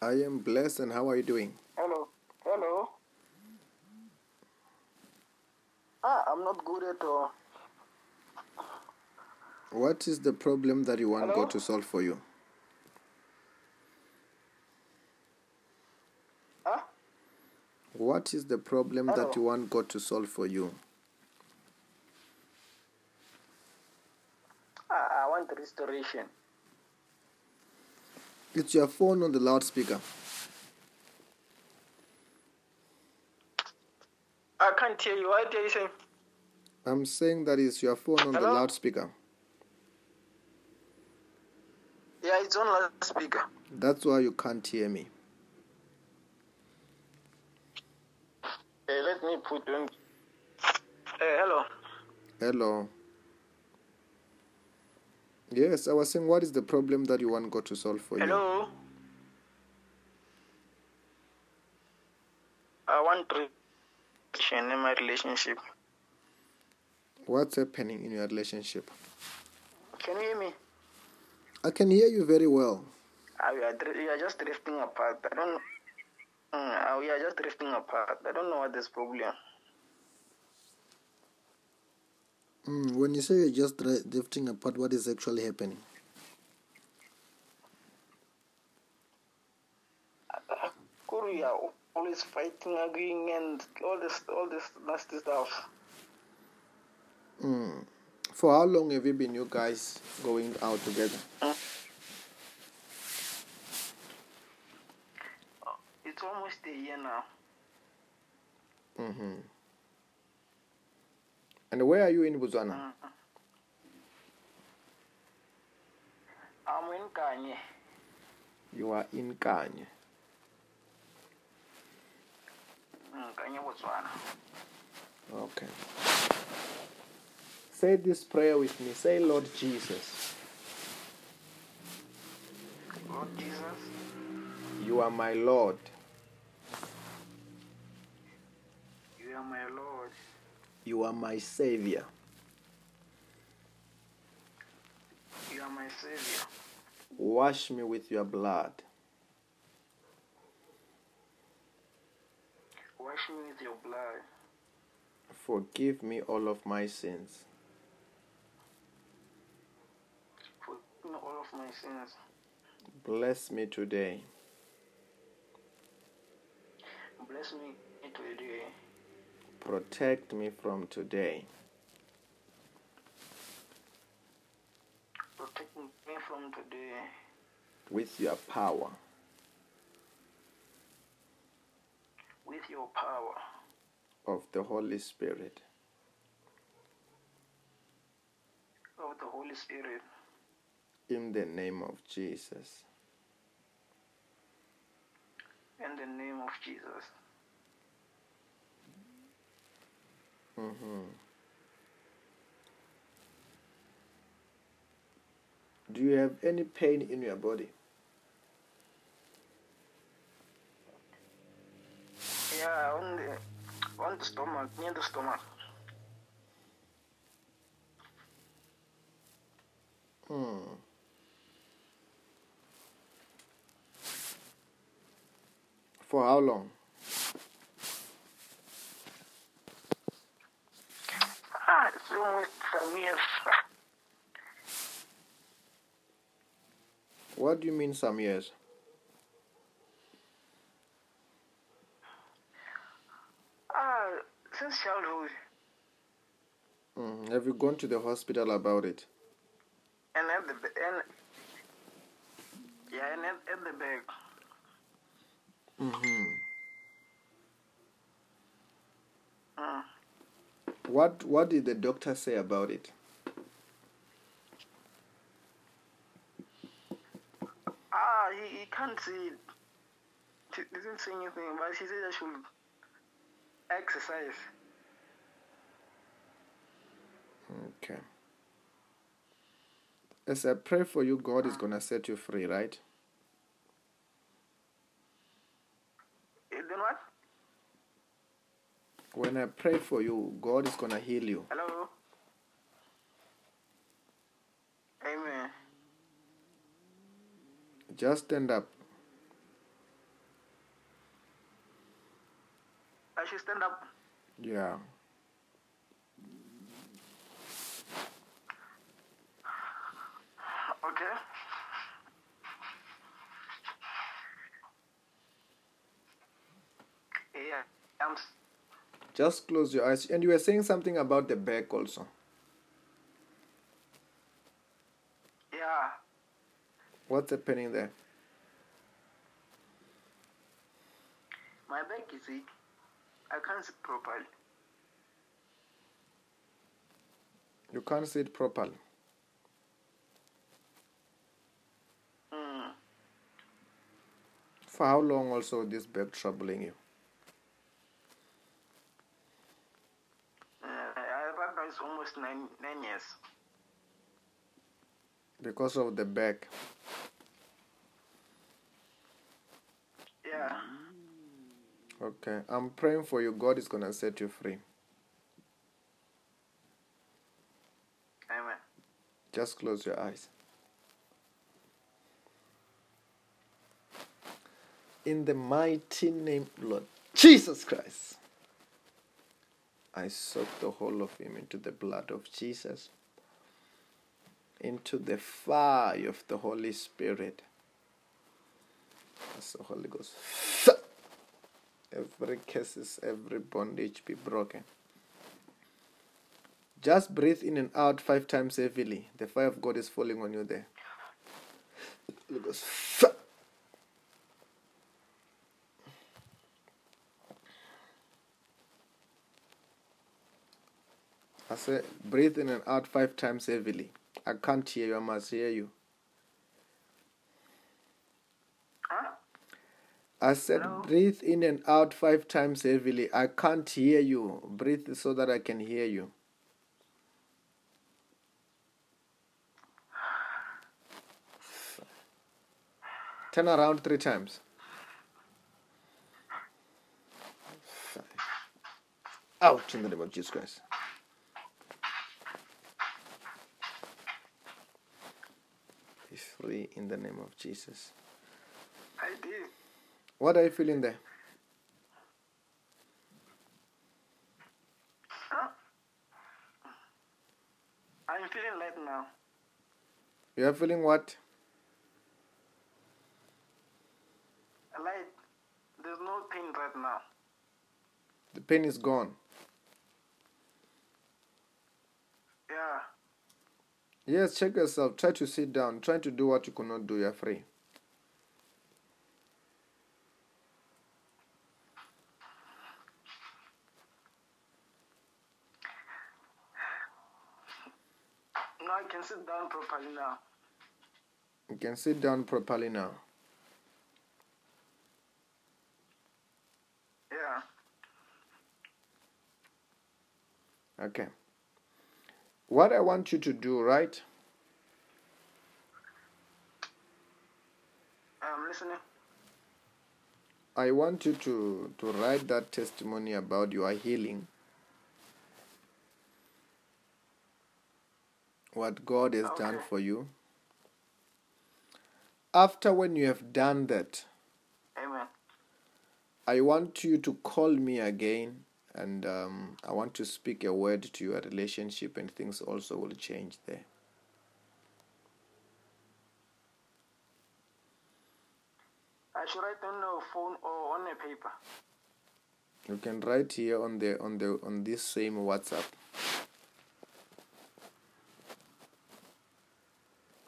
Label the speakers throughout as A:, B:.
A: I am blessed, and how are you doing?
B: Hello. Hello. Ah, I'm not good at all.
A: What is the problem that you want
B: Hello?
A: God to solve for you?
B: Huh?
A: What is the problem
B: Hello?
A: that you want God to solve for you?
B: Ah, I want restoration.
A: It's your phone on the loudspeaker.
B: I can't hear you. What are you saying?
A: I'm saying that it's your phone on the
B: Hello?
A: loudspeaker.
B: Yeah, it's on loudspeaker.
A: That's why you can't hear me.
B: Hey, Eh, let me put on. Hey, hello.
A: Hello. Yes, I was saying, what is the problem that you want God to solve for you?
B: Hello. I want restoration in my relationship.
A: What's happening in your relationship?
B: Can you hear me?
A: I can hear you very well.
B: Ah, we, are dr- we are just drifting apart. I don't. Mm, ah, we are just drifting apart. I don't know what this problem.
A: Mm, when you say you're just dri- drifting apart, what is actually happening?
B: Kuru, we are always fighting, arguing, and all this, all this nasty stuff.
A: For how long have you been, you guys, going out together?
B: It's almost a year now.
A: Mm-hmm. And where are you in Botswana?
B: Mm. I'm in Kanye.
A: You are in Kanye.
B: Mm, Kanye, Botswana.
A: Okay. Say this prayer with me. Say, Lord Jesus,
B: Lord Jesus,
A: you are my Lord.
B: you are my Lord.
A: You are my Savior.
B: You are my Savior.
A: Wash me with your blood.
B: Wash me with your blood.
A: Forgive me all of my sins.
B: Forgive me all of my sins.
A: Bless me today.
B: Bless me today.
A: Protect me from today.
B: Protect me from today
A: With your power,
B: with your power
A: of the Holy Spirit.
B: of the Holy Spirit.
A: In the name of Jesus.
B: In the name of Jesus.
A: Mm-hmm. Do you have any pain in your body?
B: Yeah, on the on the stomach, near the stomach.
A: Hmm. For how long?
B: Ah, it's almost some years.
A: What do you mean some years?
B: Ah, since childhood.
A: Mm. Have you gone to the hospital about it?
B: And at the ba- and yeah, and at, at the back.
A: Mm-hmm.
B: Mm.
A: What What did the doctor say about it?
B: Ah, he, he can't see. it. He didn't say anything, but he said I should exercise.
A: Okay. As I pray for you, God is gonna set you free, right?
B: Eh, Then what?
A: When I pray for you, God is gonna heal you.
B: Hello. Amen.
A: Just stand up.
B: stand up.
A: Yeah.
B: Okay. Yeah, I'm. s-
A: Just close your eyes. And you were saying something about the back also.
B: Yeah,
A: What's happening there?
B: my back is weak. I can't sit properly.
A: You can't see it properly.
B: Mm.
A: For how long also this back troubling you?
B: Uh, I right now it's almost nine nine years.
A: Because of the back.
B: Yeah.
A: Okay. I'm praying for you. God is going to set you free.
B: Amen.
A: Just close your eyes. In the mighty name, Lord Jesus Christ, I soak the whole of him into the blood of Jesus, into the fire of the Holy Spirit. As the Holy Ghost, every curses, every bondage be broken. Just breathe in and out five times heavily. The fire of God is falling on you there. It goes. "Fa-" I said, breathe in and out five times heavily. I can't hear you. I must hear you.
B: Huh?
A: I said,
B: Hello?
A: breathe in and out five times heavily. I can't hear you. Breathe so that I can hear you. Turn around three times. Out in the name of Jesus Christ. Be free in the name of Jesus.
B: I did.
A: What are you feeling there?
B: Huh? I'm feeling light now.
A: You are feeling what?
B: Light. There's no pain right now.
A: The pain is gone.
B: Yeah.
A: Yes, check yourself. Try to sit down. Try to do what you could not do. You're free.
B: Now I can sit down properly now.
A: You can sit down properly now.
B: Yeah.
A: Okay. What I want you to do, right?
B: I'm listening.
A: I want you to, to write that testimony about your healing. What God has done
B: Okay.
A: for you. After when you have done that,
B: Amen.
A: I want you to call me again and um, I want to speak a word to your relationship and things also will change there.
B: I should write on a phone or on a paper.
A: You can write here on the on the on this same WhatsApp.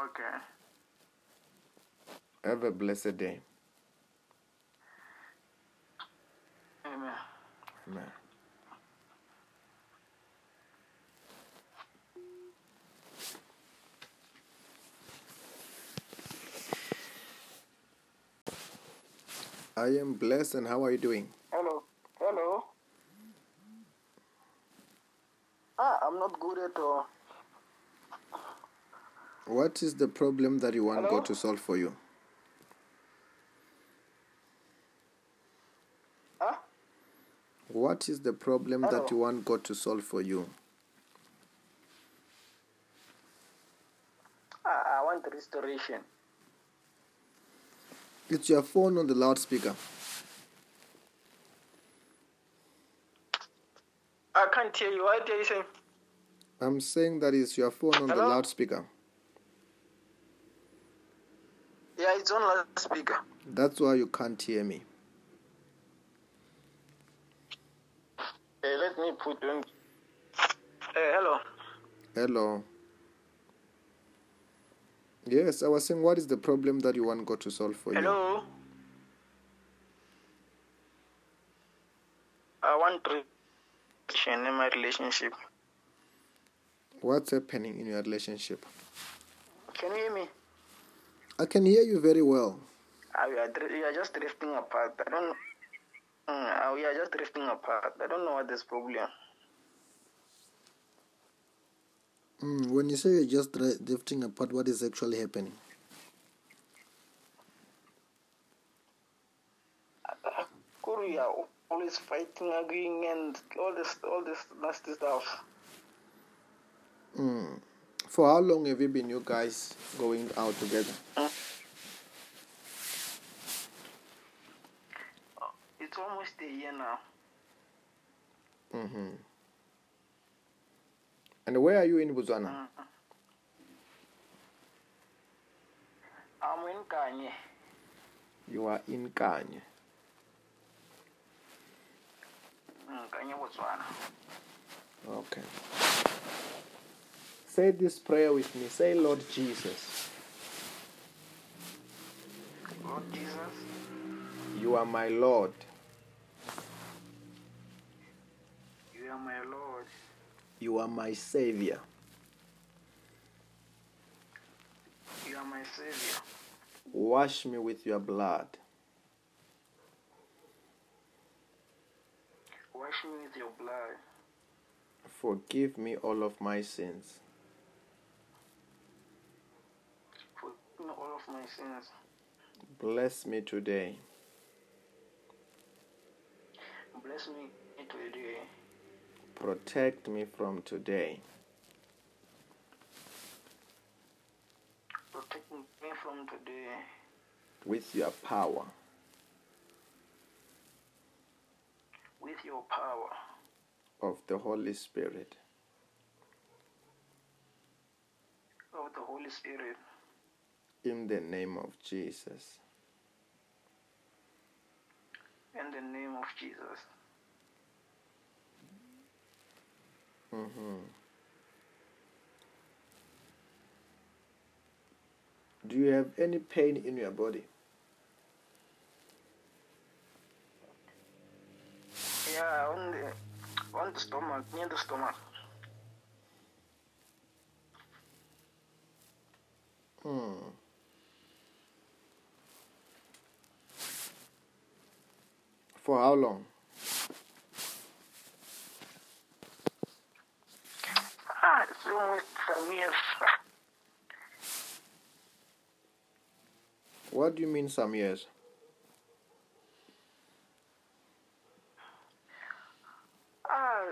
B: Okay.
A: Have a blessed day.
B: Amen.
A: Amen. I am blessed and how are you doing?
B: Hello. Hello. Ah, I'm not good at all.
A: What is the problem that you want
B: Hello?
A: God to solve for you?
B: Huh?
A: What is the problem
B: Hello?
A: that you want God to solve for you?
B: Ah, I want restoration.
A: It's your phone on the loudspeaker.
B: can't hear you. What are you saying?
A: I'm saying that is your phone on the
B: Hello?
A: loudspeaker.
B: Yeah, it's on loudspeaker.
A: That's why you can't hear me.
B: Hey, Uh, let me put on. Hey, Uh, hello.
A: Hello. Yes, I was saying, what is the problem that you want God to solve for you?
B: Hello. I want direction in my relationship.
A: What's happening in your relationship?
B: Can you hear me?
A: I can hear you very well.
B: Ah, we, are dr- we are just drifting apart. I don't. Mm, ah, we are just drifting apart. I don't know what this problem.
C: Mm, when you say you're just dri- drifting apart, what is actually happening?
B: Kuru, we are always fighting, arguing, and all this, all this nasty stuff.
A: Mm. For how long have you been, you guys, going out together?
B: It's almost a year now.
A: Mm-hmm. And where are you in Botswana?
B: I'm in Kanye.
A: You are in Kanye.
B: Mm, Kanye, Botswana.
A: Okay. Say this prayer with me. Say, Lord Jesus,
B: Lord Jesus,
A: you are my Lord.
B: you are my Lord.
A: You are my Savior.
B: You are my Savior.
A: Wash me with your blood.
B: Wash me with your blood.
A: Forgive me all of my sins.
B: Forgive me all of my sins.
A: Bless me today.
B: Bless me today.
A: Protect me from today.
B: Protect me from today
A: With your power,
B: with your power
A: of the Holy Spirit.
B: of the Holy Spirit.
A: In the name of Jesus.
B: In the name of Jesus.
A: Mm-hmm. Do you have any pain in your body?
B: Yeah, on the on the stomach, near the stomach.
A: Mm. For how long?
B: Ah, it's almost some years.
A: What do you mean some years?
B: Ah,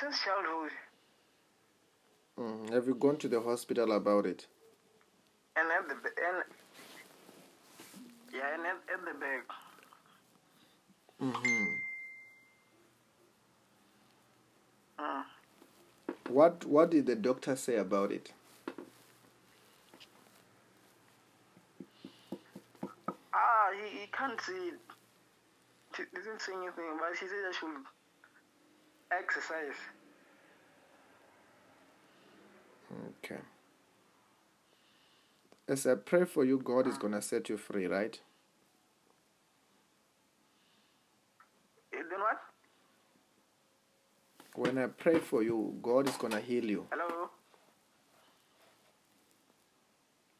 B: since childhood,
A: Mm. Have you gone to the hospital about it?
B: and at the ba- and yeah, and at, at the back.
A: Mm-hmm.
B: Mm.
A: What What did the doctor say about it?
B: Ah, he, he can't see. He didn't say anything, but he said I should exercise.
A: Okay. As I pray for you, God is gonna set you free, right?
B: Eh, Then what?
A: When I pray for you, God is gonna heal you.
B: Hello.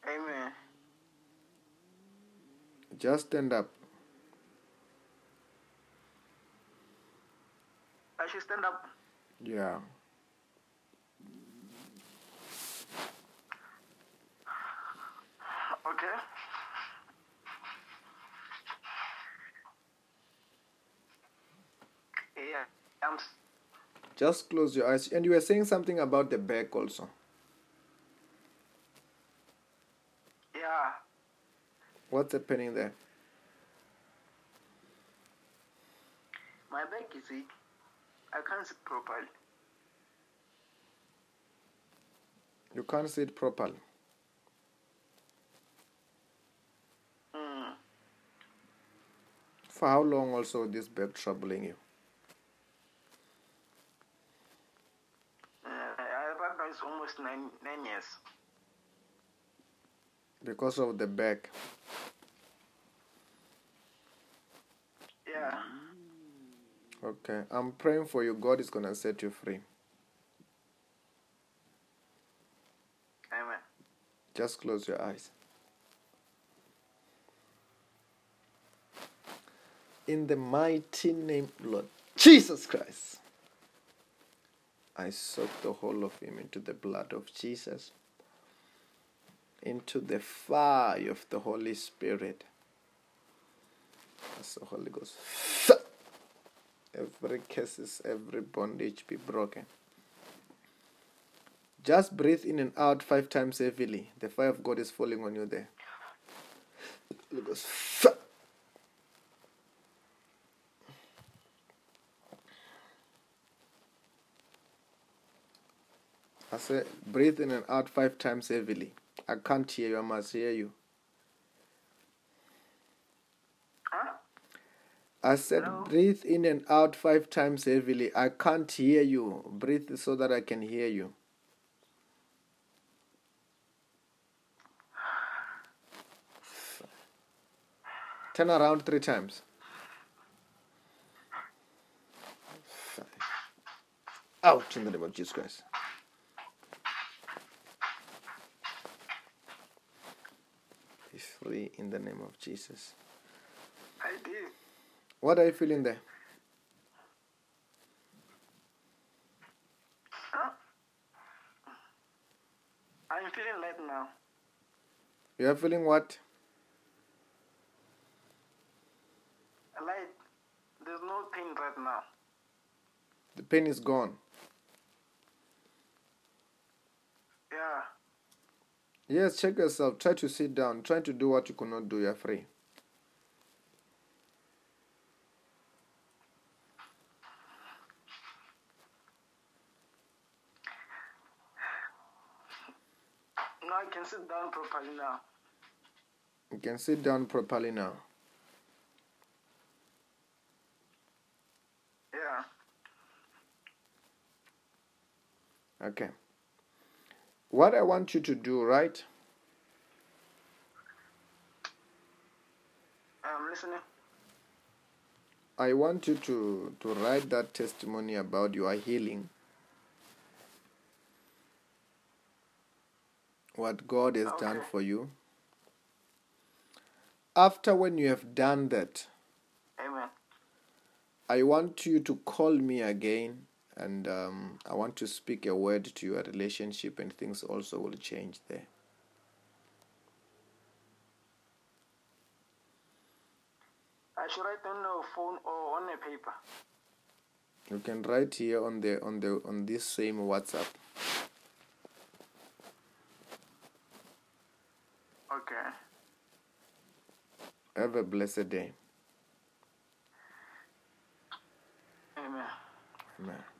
B: Amen.
A: Just stand up.
B: I should stand up.
A: Yeah.
B: Okay. Yeah, I'm. s-
A: Just close your eyes. And you were saying something about the back also.
B: Yeah,
A: What's happening there?
B: my back is sick. I can't sit properly.
A: You can't see it properly.
B: Mm.
A: For how long also this back troubling you?
B: Uh, I back now is almost nine nine years.
A: Because of the back.
B: Yeah.
A: Okay. I'm praying for you. God is gonna set you free.
B: Amen.
A: Just close your eyes. In the mighty name, Lord Jesus Christ, I soak the whole of him into the blood of Jesus, into the fire of the Holy Spirit. As the Holy Ghost. Every curses, every bondage be broken. Just breathe in and out five times heavily. The fire of God is falling on you there. It goes. "Fa-" I said, breathe in and out five times heavily. I can't hear you. I must hear you.
B: Huh?
A: I said,
B: Hello?
A: breathe in and out five times heavily. I can't hear you. Breathe so that I can hear you. Turn around three times. Out in the name of Jesus Christ. Be free in the name of Jesus.
B: I did.
A: What are you feeling there?
B: Huh? I'm feeling light now.
A: You are feeling what?
B: Light. There's no pain right now.
A: The pain is gone.
B: Yeah.
A: Yes, check yourself. Try to sit down. Try to do what you could not do. You're free.
B: Now I can sit down properly now.
A: You can sit down properly now.
B: Yeah.
A: Okay. What I want you to do, right?
B: I'm listening.
A: I want you to, to write that testimony about your healing. What God has done
B: Okay.
A: for you. After when you have done that,
B: Amen.
A: I want you to call me again and um, I want to speak a word to your relationship and things also will change there.
B: I should write on a phone or on a paper.
A: You can write here on the on the on this same WhatsApp.
B: Okay.
A: Have a blessed day.
B: Amen.
A: Amen.